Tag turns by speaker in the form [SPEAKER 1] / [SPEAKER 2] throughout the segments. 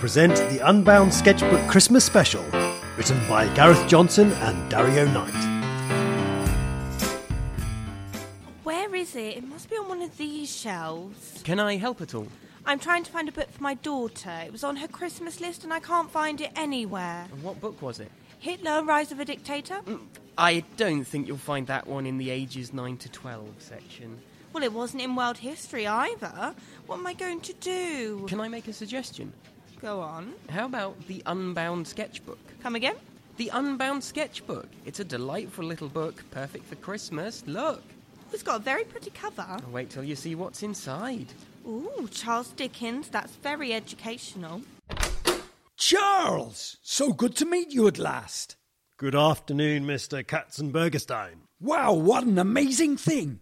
[SPEAKER 1] present the Unbound Sketchbook Christmas Special, written by Gareth Johnson and Dario Knight.
[SPEAKER 2] Where is it? It must be on one of these shelves.
[SPEAKER 3] Can I help at all?
[SPEAKER 2] I'm trying to find a book for my daughter. It was on her Christmas list and I can't find it anywhere.
[SPEAKER 3] And what book was it?
[SPEAKER 2] Hitler, Rise of a Dictator?
[SPEAKER 3] I don't think you'll find that one in the ages 9 to 12 section.
[SPEAKER 2] Well, it wasn't in world history either. What am I going to do?
[SPEAKER 3] Can I make a suggestion?
[SPEAKER 2] Go on.
[SPEAKER 3] How about The Unbound Sketchbook?
[SPEAKER 2] Come again?
[SPEAKER 3] The Unbound Sketchbook! It's a delightful little book, perfect for Christmas. Look!
[SPEAKER 2] Oh, It's got a very pretty cover.
[SPEAKER 3] Wait till you see what's inside.
[SPEAKER 2] Ooh, Charles Dickens. That's very educational.
[SPEAKER 4] Charles! So good to meet you at last.
[SPEAKER 1] Good afternoon, Mr. Katzenbergerstein.
[SPEAKER 4] Wow, what an amazing thing.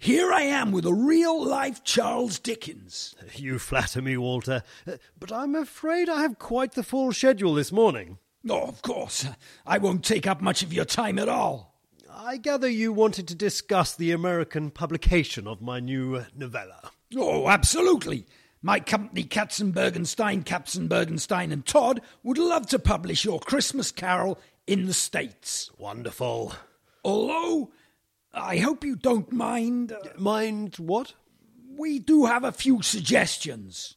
[SPEAKER 4] Here I am with a real life Charles Dickens.
[SPEAKER 1] You flatter me, Walter, Uh, but I'm afraid I have quite the full schedule this morning.
[SPEAKER 4] Oh, of course, I won't take up much of your time at all.
[SPEAKER 1] I gather you wanted to discuss the American publication of my new uh, novella.
[SPEAKER 4] Oh, absolutely. My company, Katzenbergenstein, Katzenbergenstein and Todd, would love to publish your Christmas Carol in the States.
[SPEAKER 1] Wonderful.
[SPEAKER 4] Although, I hope you don't mind, uh,
[SPEAKER 1] Mind what?
[SPEAKER 4] we do have a few suggestions.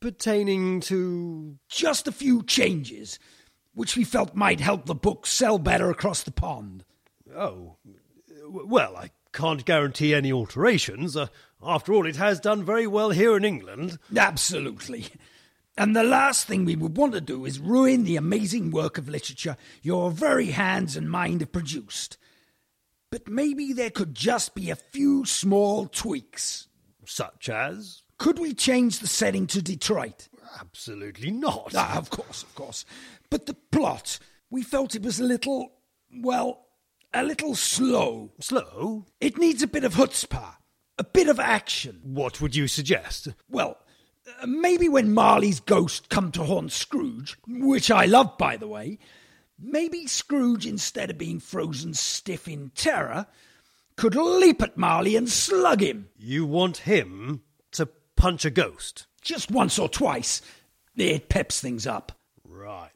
[SPEAKER 1] Pertaining to.
[SPEAKER 4] just a few changes, which we felt might help the book sell better across the pond.
[SPEAKER 1] Oh. w- Well, I can't guarantee any alterations. Uh, after all, it has done very well here in England.
[SPEAKER 4] Absolutely. And the last thing we would want to do is ruin the amazing work of literature your very hands and mind have produced. But maybe there could just be a few small tweaks.
[SPEAKER 1] Such as.
[SPEAKER 4] Could we change the setting to Detroit?
[SPEAKER 1] Absolutely not.
[SPEAKER 4] Ah, of course, of course. But the plot, we felt it was a little, well, a little slow.
[SPEAKER 1] Slow.
[SPEAKER 4] It needs a bit of chutzpah, a bit of action.
[SPEAKER 1] What would you suggest?
[SPEAKER 4] Well, uh, maybe when Marley's ghost come to haunt Scrooge, which I love, by the way, maybe Scrooge, instead of being frozen stiff in terror, could leap at Marley and slug him
[SPEAKER 1] You want him to punch a ghost.
[SPEAKER 4] just once or twice. It peps things up.
[SPEAKER 1] Right.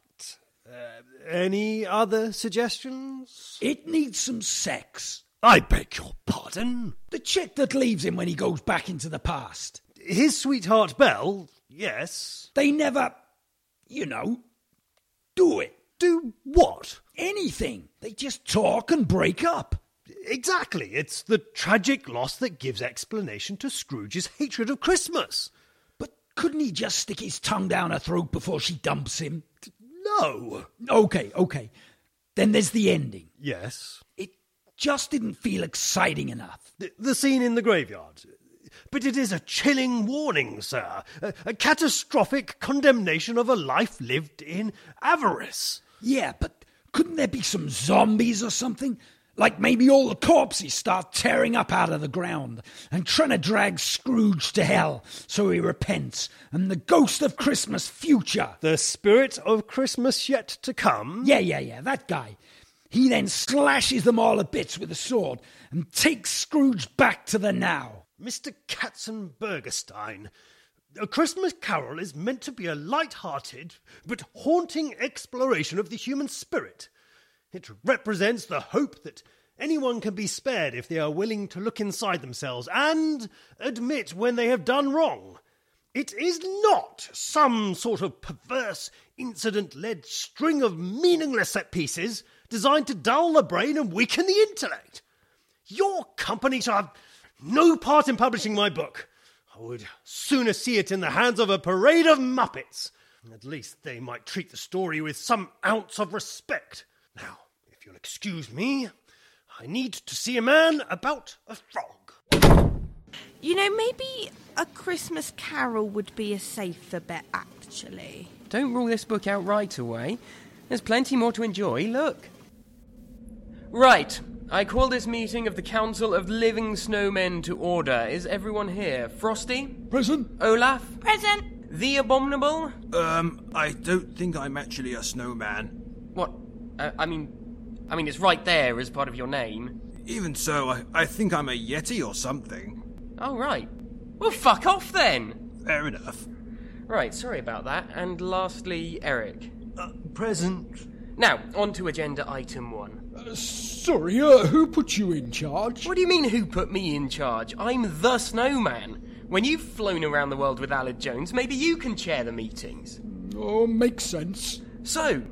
[SPEAKER 1] Uh, any other suggestions?
[SPEAKER 4] It needs some sex.
[SPEAKER 1] I beg your pardon.
[SPEAKER 4] The chick that leaves him when he goes back into the past.
[SPEAKER 1] His sweetheart Belle, yes.
[SPEAKER 4] They never, you know, do it.
[SPEAKER 1] Do what?
[SPEAKER 4] Anything. They just talk and break up.
[SPEAKER 1] Exactly. It's the tragic loss that gives explanation to Scrooge's hatred of Christmas.
[SPEAKER 4] But couldn't he just stick his tongue down her throat before she dumps him?
[SPEAKER 1] No.
[SPEAKER 4] Okay, okay. Then there's the ending.
[SPEAKER 1] Yes.
[SPEAKER 4] It just didn't feel exciting enough.
[SPEAKER 1] The, the scene in the graveyard. But it is a chilling warning, sir. A, a catastrophic condemnation of a life lived in avarice.
[SPEAKER 4] Yeah, but couldn't there be some zombies or something? Like maybe all the corpses start tearing up out of the ground and trying to drag Scrooge to hell so he repents and the ghost of Christmas future.
[SPEAKER 1] The spirit of Christmas yet to come.
[SPEAKER 4] Yeah, yeah, yeah, that guy. He then slashes them all to bits with a sword and takes Scrooge back to the now.
[SPEAKER 1] Mr. Katzenbergerstein, A Christmas Carol is meant to be a light-hearted but haunting exploration of the human spirit. It represents the hope that anyone can be spared if they are willing to look inside themselves and admit when they have done wrong. It is not some sort of perverse, incident-led string of meaningless set pieces designed to dull the brain and weaken the intellect. Your company shall have no part in publishing my book. I would sooner see it in the hands of a parade of muppets. At least they might treat the story with some ounce of respect. Now, if you'll excuse me, I need to see a man about a frog.
[SPEAKER 2] You know, maybe a Christmas carol would be a safer bet, actually.
[SPEAKER 3] Don't rule this book out right away. There's plenty more to enjoy. Look. Right. I call this meeting of the Council of Living Snowmen to order. Is everyone here? Frosty?
[SPEAKER 4] Prison?
[SPEAKER 3] Olaf?
[SPEAKER 2] Present!
[SPEAKER 3] The Abominable?
[SPEAKER 5] Um, I don't think I'm actually a snowman.
[SPEAKER 3] What? Uh, I mean, I mean, it's right there as part of your name.
[SPEAKER 5] Even so, I, I think I'm a Yeti or something.
[SPEAKER 3] Oh, right. Well, fuck off then!
[SPEAKER 5] Fair enough.
[SPEAKER 3] Right, sorry about that. And lastly, Eric.
[SPEAKER 1] Uh, present.
[SPEAKER 3] Now, on to agenda item one.
[SPEAKER 6] Sorry, uh, who put you in charge?
[SPEAKER 3] What do you mean, who put me in charge? I'm the snowman. When you've flown around the world with Alad Jones, maybe you can chair the meetings.
[SPEAKER 6] Oh, makes sense.
[SPEAKER 3] So,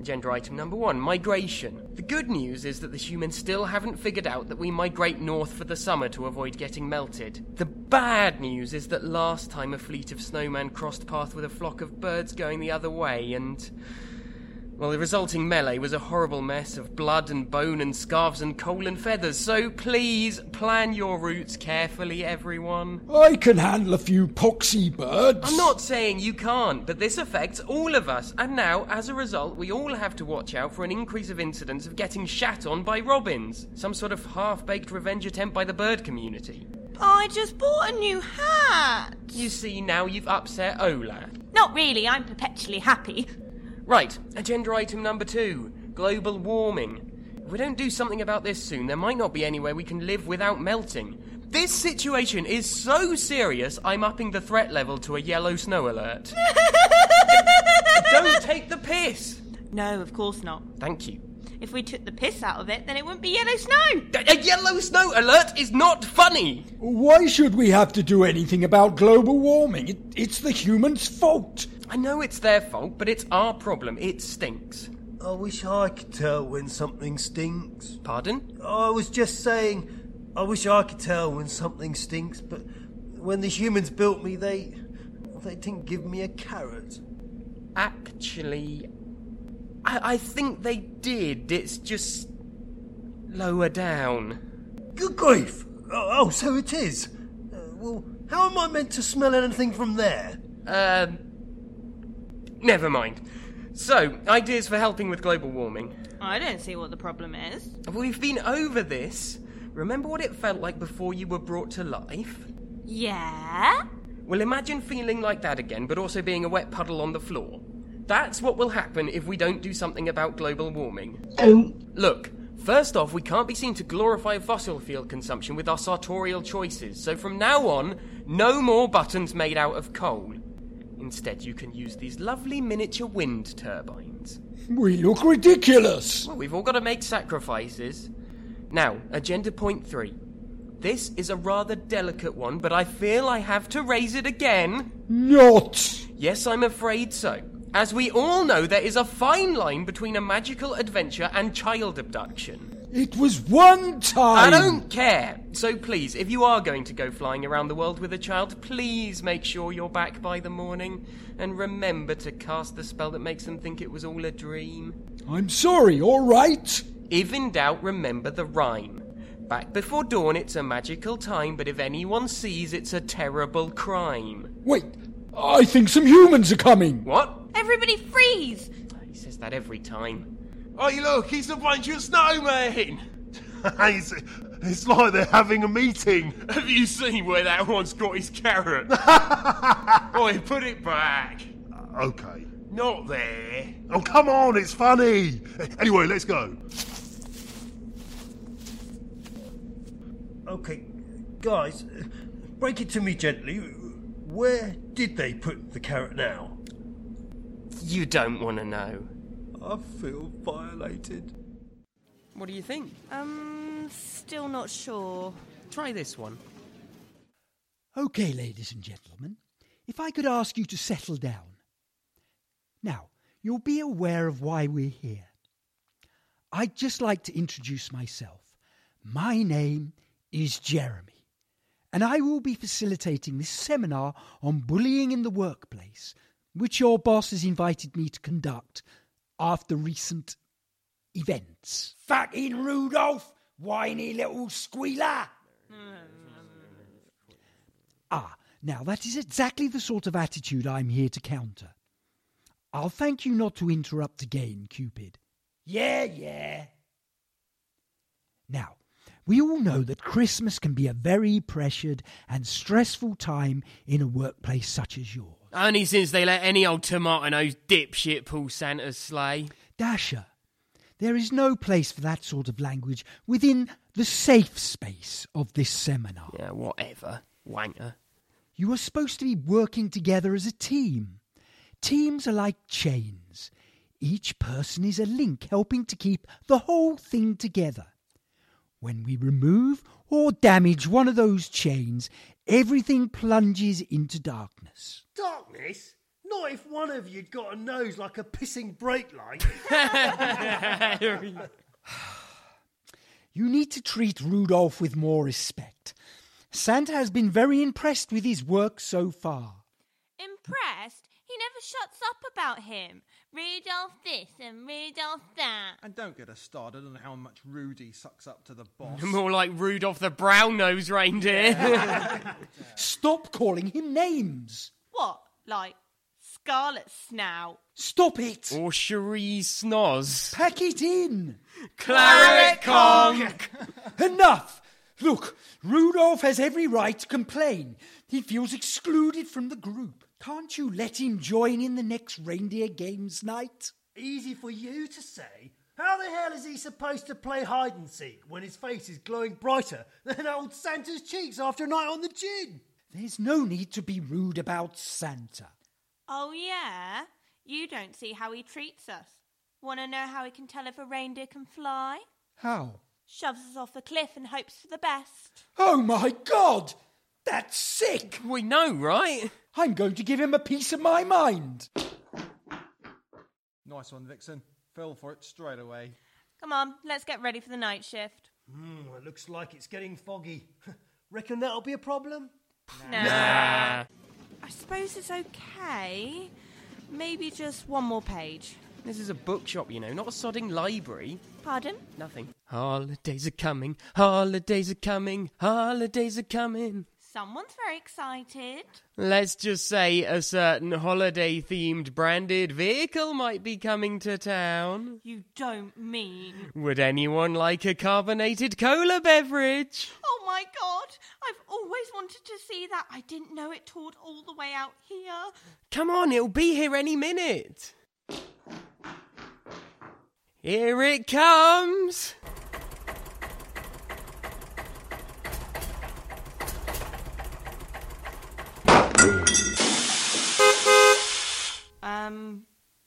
[SPEAKER 3] agenda item number one migration. The good news is that the humans still haven't figured out that we migrate north for the summer to avoid getting melted. The bad news is that last time a fleet of snowmen crossed path with a flock of birds going the other way, and. Well, the resulting melee was a horrible mess of blood and bone and scarves and coal and feathers, so please plan your routes carefully, everyone.
[SPEAKER 6] I can handle a few poxy birds.
[SPEAKER 3] I'm not saying you can't, but this affects all of us, and now, as a result, we all have to watch out for an increase of incidents of getting shat on by robins, some sort of half baked revenge attempt by the bird community.
[SPEAKER 2] I just bought a new hat.
[SPEAKER 3] You see, now you've upset Ola.
[SPEAKER 2] Not really, I'm perpetually happy.
[SPEAKER 3] Right, agenda item number two global warming. If we don't do something about this soon, there might not be anywhere we can live without melting. This situation is so serious, I'm upping the threat level to a yellow snow alert. don't take the piss!
[SPEAKER 2] No, of course not.
[SPEAKER 3] Thank you.
[SPEAKER 2] If we took the piss out of it, then it wouldn't be yellow snow.
[SPEAKER 3] A a yellow snow alert is not funny!
[SPEAKER 6] Why should we have to do anything about global warming? It, it's the humans' fault.
[SPEAKER 3] I know it's their fault, but it's our problem. It stinks.
[SPEAKER 1] I wish I could tell when something stinks.
[SPEAKER 3] Pardon?
[SPEAKER 1] I was just saying, I wish I could tell when something stinks, but when the humans built me, they. they didn't give me a carrot.
[SPEAKER 3] Actually, I, I think they did. It's just lower down.
[SPEAKER 1] Good grief! Oh, oh, so it is. Uh, well, how am I meant to smell anything from there?
[SPEAKER 3] Um. Never mind. So, ideas for helping with global warming.
[SPEAKER 2] I don't see what the problem is.
[SPEAKER 3] We've been over this. Remember what it felt like before you were brought to life?
[SPEAKER 2] Yeah?
[SPEAKER 3] Well, imagine feeling like that again, but also being a wet puddle on the floor. That's what will happen if we don't do something about global warming. Look, first off, we can't be seen to glorify fossil fuel consumption with our sartorial choices, so from now on, no more buttons made out of coal. Instead, you can use these lovely miniature wind turbines.
[SPEAKER 6] We look ridiculous.
[SPEAKER 3] Well, we've all got to make sacrifices. Now, agenda point three. This is a rather delicate one, but I feel I have to raise it again.
[SPEAKER 6] Not.
[SPEAKER 3] Yes, I'm afraid so. As we all know, there is a fine line between a magical adventure and child abduction.
[SPEAKER 6] It was one
[SPEAKER 3] I
[SPEAKER 6] time.
[SPEAKER 3] don't care. So please, if you are going to go flying around the world with a child, please make sure you're back by the morning. And remember to cast the spell that makes them think it was all a dream.
[SPEAKER 6] I'm sorry, all right?
[SPEAKER 3] If in doubt, remember the rhyme. Back before dawn, it's a magical time, but if anyone sees, it's a terrible crime.
[SPEAKER 6] Wait, I think some humans are coming.
[SPEAKER 3] What?
[SPEAKER 2] Everybody freeze!
[SPEAKER 3] He says that every time.
[SPEAKER 7] Oi, look, he's the bunch of snowman!
[SPEAKER 1] it's, it's like they're having a meeting.
[SPEAKER 7] Have you seen where that one's got his carrot? Oi, put it back.
[SPEAKER 1] Okay.
[SPEAKER 7] Not there.
[SPEAKER 1] Oh, come on, it's funny. Anyway, let's go. Okay, guys, break it to me gently. Where did they put the carrot now?
[SPEAKER 3] You don't want to know.
[SPEAKER 1] I feel violated.
[SPEAKER 3] What do you think?
[SPEAKER 2] Um, still not sure.
[SPEAKER 3] Try this one.
[SPEAKER 4] Okay, ladies and gentlemen, if I could ask you to settle down. Now, you'll be aware of why we're here. I'd just like to introduce myself. My name is Jeremy, and I will be facilitating this seminar on bullying in the workplace, which your boss has invited me to conduct after recent events.
[SPEAKER 6] Fucking Rudolph, whiny little squealer.
[SPEAKER 4] Ah, now that is exactly the sort of attitude I'm here to counter. I'll thank you not to interrupt again, Cupid.
[SPEAKER 6] Yeah, yeah.
[SPEAKER 4] Now, we all know that Christmas can be a very pressured and stressful time in a workplace such as yours.
[SPEAKER 3] Only since they let any old tomato nose dipshit pull Santa's sleigh.
[SPEAKER 4] Dasher, there is no place for that sort of language within the safe space of this seminar.
[SPEAKER 3] Yeah, whatever. Wanker.
[SPEAKER 4] You are supposed to be working together as a team. Teams are like chains. Each person is a link helping to keep the whole thing together. When we remove or damage one of those chains, everything plunges into darkness.
[SPEAKER 1] Darkness? Not if one of you'd got a nose like a pissing brake light.
[SPEAKER 4] You need to treat Rudolph with more respect. Santa has been very impressed with his work so far.
[SPEAKER 2] Impressed? He never shuts up about him. Rudolph this and Rudolph that.
[SPEAKER 5] And don't get us started on how much Rudy sucks up to the boss.
[SPEAKER 3] More like Rudolph the brown nosed reindeer.
[SPEAKER 4] Stop calling him names.
[SPEAKER 8] What? Like Scarlet Snout?
[SPEAKER 4] Stop it.
[SPEAKER 3] or Cherie Snoz.
[SPEAKER 4] Pack it in.
[SPEAKER 3] Claret Conk!
[SPEAKER 4] Enough. Look, Rudolph has every right to complain. He feels excluded from the group. Can't you let him join in the next reindeer games night?
[SPEAKER 1] Easy for you to say. How the hell is he supposed to play hide and seek when his face is glowing brighter than old Santa's cheeks after a night on the gin?
[SPEAKER 4] There's no need to be rude about Santa.
[SPEAKER 2] Oh, yeah? You don't see how he treats us. Want to know how he can tell if a reindeer can fly?
[SPEAKER 4] How?
[SPEAKER 2] Shoves us off a cliff and hopes for the best.
[SPEAKER 4] Oh my god! That's sick!
[SPEAKER 3] We know, right?
[SPEAKER 4] I'm going to give him a piece of my mind!
[SPEAKER 1] Oh,
[SPEAKER 5] Nice one, Vixen. Fell for it straight away.
[SPEAKER 2] Come on, let's get ready for the night shift.
[SPEAKER 1] Hmm, it looks like it's getting foggy. Reckon that'll be a problem?
[SPEAKER 8] I suppose it's okay. Maybe just one more page.
[SPEAKER 3] This is a bookshop, you know, not a sodding library.
[SPEAKER 8] Pardon?
[SPEAKER 3] Nothing. Holidays are coming, holidays are coming, holidays are coming.
[SPEAKER 2] Someone's very excited.
[SPEAKER 3] Let's just say a certain holiday themed branded vehicle might be coming to town.
[SPEAKER 2] You don't mean.
[SPEAKER 3] Would anyone like a carbonated cola beverage?
[SPEAKER 2] Oh my god! I've always wanted to see that. I didn't know it toured all the way out here.
[SPEAKER 3] Come on, it'll be here any minute. Here it comes!
[SPEAKER 8] Um,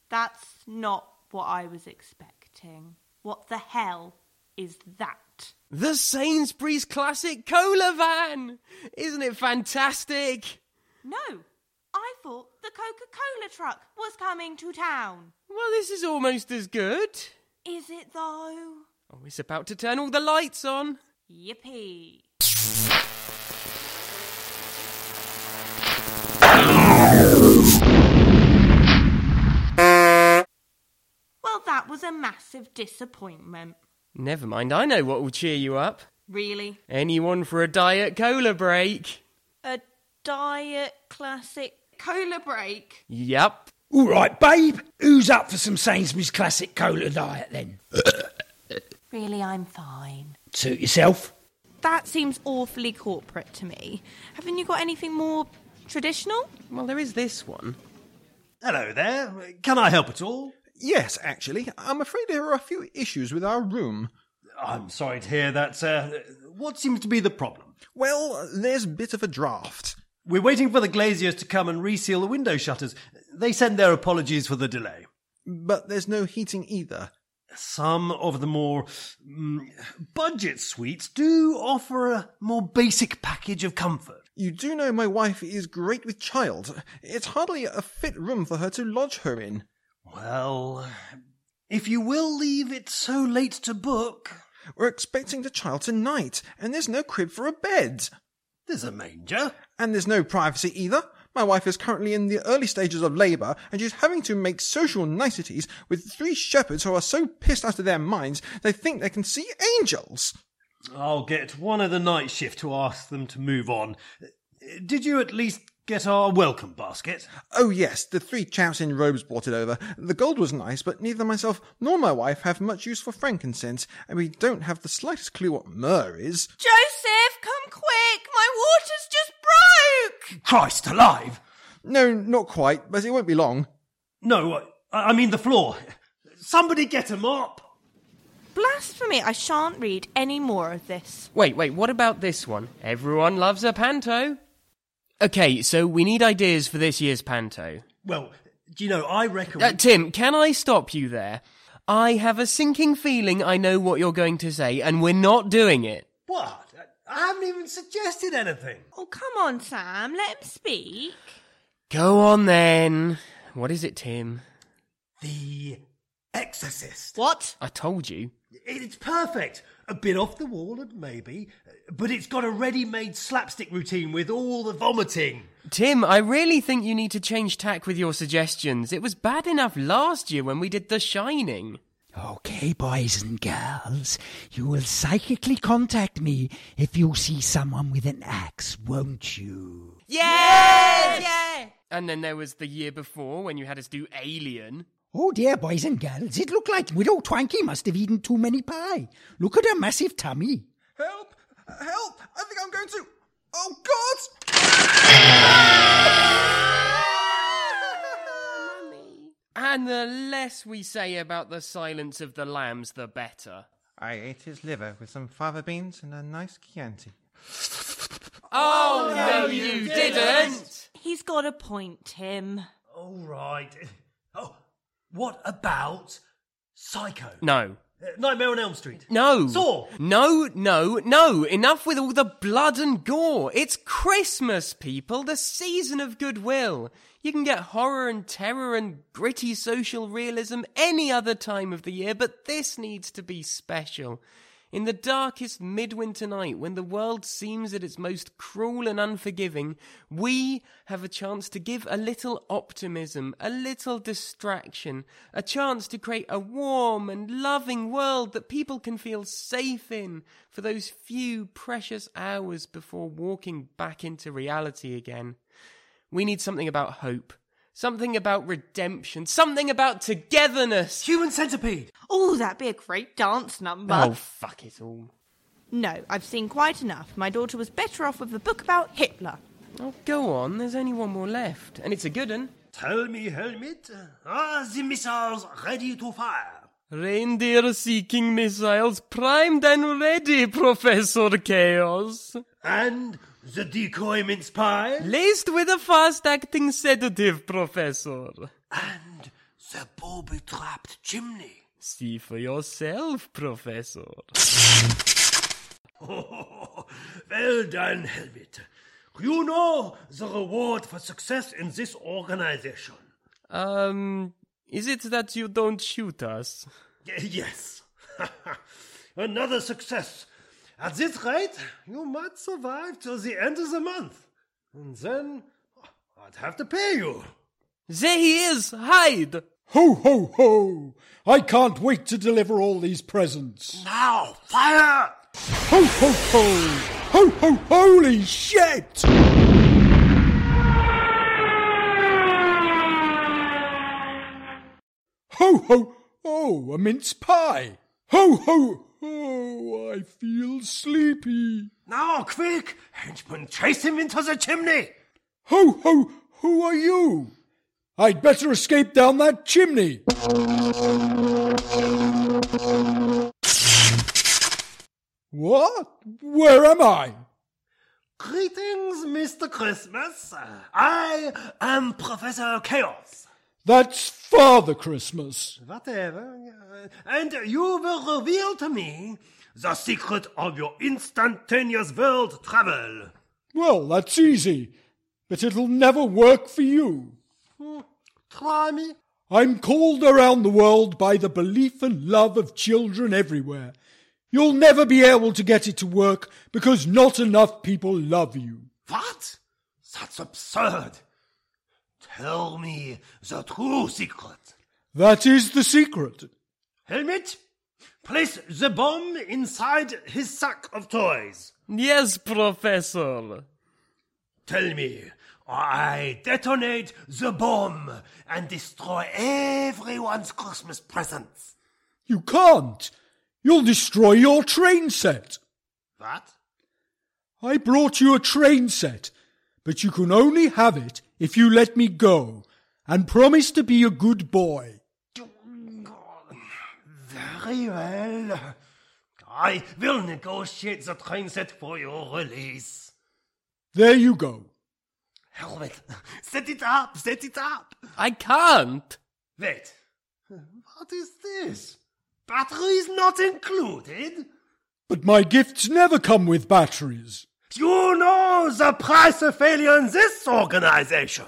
[SPEAKER 2] That's not what I was expecting. What the hell is that?
[SPEAKER 3] The Sainsbury's Classic Cola Van! Isn't it fantastic?
[SPEAKER 2] No, I thought the Coca Cola truck was coming to town.
[SPEAKER 3] Well, this is almost as good.
[SPEAKER 2] Is it though?
[SPEAKER 3] Oh, it's about to turn all the lights on.
[SPEAKER 2] Yippee. Well, that was a massive disappointment.
[SPEAKER 3] Never mind, I know what will cheer you up.
[SPEAKER 2] Really?
[SPEAKER 3] Anyone for a Diet Cola break?
[SPEAKER 2] A diet classic cola break?
[SPEAKER 3] Yup.
[SPEAKER 9] All right, babe, who's up for some Sainsbury's classic cola diet then?
[SPEAKER 2] Really, I'm fine.
[SPEAKER 9] Suit yourself.
[SPEAKER 8] that seems awfully corporate to me. Haven't you got anything more traditional?
[SPEAKER 3] Well, there is this one.
[SPEAKER 1] Hello there. Can I help at all?
[SPEAKER 5] Yes, actually. I'm afraid there are a few issues with our room.
[SPEAKER 1] I'm sorry to hear that, sir. What seems to be the problem?
[SPEAKER 5] Well, there's a bit of a draft.
[SPEAKER 1] We're waiting for the glaziers to come and reseal the window shutters. They send their apologies for the delay.
[SPEAKER 5] But there's no heating either.
[SPEAKER 1] Some of the more mm, budget suites do offer a more basic package of comfort.
[SPEAKER 5] You do know my wife is great with child. It's hardly a fit room for her to lodge her in.
[SPEAKER 1] Well, if you will leave it so late to book,
[SPEAKER 5] We're expecting the child tonight, and there's no crib for a bed.
[SPEAKER 1] there's a manger.
[SPEAKER 5] And there's no privacy either. My wife is currently in the early stages of labour, and she's having to make social niceties with three shepherds who are so pissed out of their minds they think they can see angels.
[SPEAKER 1] I'll get one of the night shift to ask them to move on. Did you at least get our welcome basket?
[SPEAKER 5] Oh, yes, the three chaps in robes brought it over. The gold was nice, but neither myself nor my wife have much use for frankincense, and we don't have the slightest clue what myrrh is.
[SPEAKER 8] Joseph, come quick! My water's just broke!
[SPEAKER 1] Christ alive!
[SPEAKER 5] No, not quite, but it won't be long.
[SPEAKER 1] No, I, I mean the floor. Somebody get a mop!
[SPEAKER 8] Blasphemy, I shan't read any more of this.
[SPEAKER 3] Wait, wait, what about this one? Everyone loves a panto. Okay, so we need ideas for this year's panto.
[SPEAKER 1] Well, do you know, I reckon.
[SPEAKER 3] Uh, Tim, can I stop you there? I have a sinking feeling I know what you're going to say, and we're not doing it.
[SPEAKER 1] what? I haven't even suggested anything.
[SPEAKER 2] Oh, come on, Sam. Let him speak.
[SPEAKER 3] Go on then. What is it, Tim?
[SPEAKER 1] The Exorcist.
[SPEAKER 2] What?
[SPEAKER 3] I told you.
[SPEAKER 1] It's perfect. A bit off the wall, and maybe, but it's got a ready made slapstick routine with all the vomiting.
[SPEAKER 3] Tim, I really think you need to change tack with your suggestions. It was bad enough last year when we did The Shining.
[SPEAKER 10] Okay, boys and girls, you will psychically contact me if you see someone with an axe, won't you?
[SPEAKER 3] Yes! And then there was the year before when you had us do Alien.
[SPEAKER 10] Oh dear, boys and girls, it looked like Widow Twanky must have eaten too many pie. Look at her massive tummy.
[SPEAKER 5] Help! Help! I think I'm going to. Oh God!
[SPEAKER 3] And the less we say about the silence of the lambs, the better.
[SPEAKER 5] I ate his liver with some fava beans and a nice Chianti.
[SPEAKER 3] Oh, no, you didn't!
[SPEAKER 2] He's got a point, Tim.
[SPEAKER 1] All right. Oh, what about Psycho?
[SPEAKER 3] No.
[SPEAKER 1] Uh, Nightmare on Elm Street.
[SPEAKER 3] No.
[SPEAKER 1] Saw.
[SPEAKER 3] No, no, no. Enough with all the blood and gore. It's Christmas, people. The season of goodwill. You can get horror and terror and gritty social realism any other time of the year, but this needs to be special. In the darkest midwinter night, when the world seems at its most cruel and unforgiving, we have a chance to give a little optimism, a little distraction, a chance to create a warm and loving world that people can feel safe in for those few precious hours before walking back into reality again. We need something about hope, something about redemption, something about togetherness.
[SPEAKER 1] Human Centipede.
[SPEAKER 2] Oh, that'd be a great dance number.
[SPEAKER 3] Oh, fuck it all.
[SPEAKER 2] No, I've seen quite enough. My daughter was better off with a book about Hitler.
[SPEAKER 3] Oh, go on. There's only one more left, and it's a good one.
[SPEAKER 1] Tell me, helmet, uh, are the missiles ready to fire?
[SPEAKER 3] Reindeer seeking missiles primed and ready, Professor Chaos.
[SPEAKER 1] And the decoy mince pie?
[SPEAKER 3] Laced with a fast acting sedative, Professor.
[SPEAKER 1] And the booby trapped chimney?
[SPEAKER 3] See for yourself, Professor.
[SPEAKER 1] well done, helmet. You know the reward for success in this organization.
[SPEAKER 3] Um, is it that you don't shoot us?
[SPEAKER 1] Y- Yes. Another success. At this rate, you might survive till the end of the month. And then I'd have to pay you.
[SPEAKER 3] There he is! Hide!
[SPEAKER 4] Ho, ho, ho! I can't wait to deliver all these presents.
[SPEAKER 1] Now, fire!
[SPEAKER 4] Ho, ho, ho! Ho, ho, holy shit! Ho, ho, oh, a mince pie! Ho, ho, ho, I feel sleepy.
[SPEAKER 1] Now, quick! Henchman, chase him into the chimney!
[SPEAKER 4] Ho, ho, who are you? I'd better escape down that chimney. What? Where am I?
[SPEAKER 1] Greetings, Mr. Christmas. I am Professor Chaos.
[SPEAKER 4] That's Father Christmas.
[SPEAKER 1] Whatever. äh, And you will reveal to me the secret of your instantaneous world travel.
[SPEAKER 4] Well, that's easy, but it'll never work for you.
[SPEAKER 1] Try me.
[SPEAKER 4] I'm called around the world by the belief and love of children everywhere. You'll never be able to get it to work because not enough people love you.
[SPEAKER 1] What? That's absurd. Tell me the true secret.
[SPEAKER 4] That is the secret.
[SPEAKER 1] Helmet, place the bomb inside his sack of toys.
[SPEAKER 3] Yes, Professor.
[SPEAKER 1] Tell me, or I detonate the bomb and destroy everyone's Christmas presents.
[SPEAKER 4] You can't. You'll destroy your train set.
[SPEAKER 1] What?
[SPEAKER 4] I brought you a train set, but you can only have it if you let me go and promise to be a good boy.
[SPEAKER 1] Very well. I will negotiate the train set for your release.
[SPEAKER 4] There you go.
[SPEAKER 1] Helmet. Set it up, set it up.
[SPEAKER 3] I can't.
[SPEAKER 1] Wait. What is this? Batteries not included?
[SPEAKER 6] But my gifts never come with batteries.
[SPEAKER 1] You know the price of failure in this organization.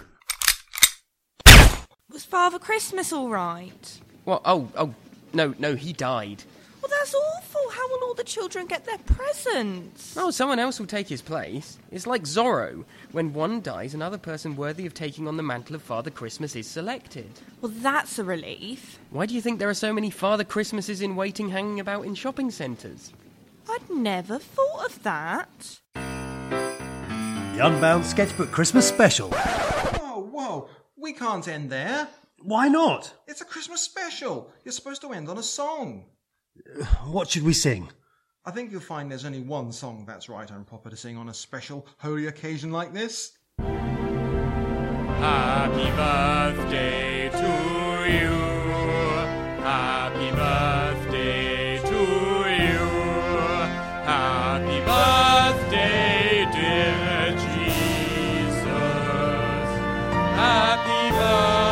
[SPEAKER 2] Was Father Christmas all right?
[SPEAKER 3] Well, oh, oh, no, no, he died.
[SPEAKER 2] Well, that's awful. How will all the children get their presents?
[SPEAKER 3] Oh, someone else will take his place. It's like Zorro. When one dies, another person worthy of taking on the mantle of Father Christmas is selected.
[SPEAKER 2] Well, that's a relief.
[SPEAKER 3] Why do you think there are so many Father Christmases in waiting hanging about in shopping centres?
[SPEAKER 2] I'd never thought of that.
[SPEAKER 1] The Unbound Sketchbook Christmas Special.
[SPEAKER 5] Whoa, whoa, we can't end there.
[SPEAKER 1] Why not?
[SPEAKER 5] It's a Christmas special. You're supposed to end on a song.
[SPEAKER 1] What should we sing?
[SPEAKER 5] I think you'll find there's only one song that's right and proper to sing on a special, holy occasion like this.
[SPEAKER 7] Happy birthday to you. Happy birthday to you. Happy birthday, dear Jesus. Happy birthday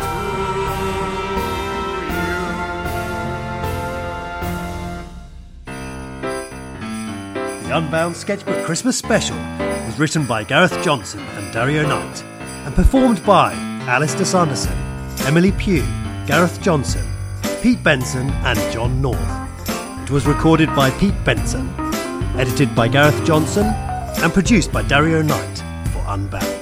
[SPEAKER 7] to
[SPEAKER 1] The Unbound Sketchbook Christmas Special was written by Gareth Johnson and Dario Knight and performed by Alistair Sanderson, Emily Pugh, Gareth Johnson, Pete Benson, and John North. It was recorded by Pete Benson, edited by Gareth Johnson, and produced by Dario Knight for Unbound.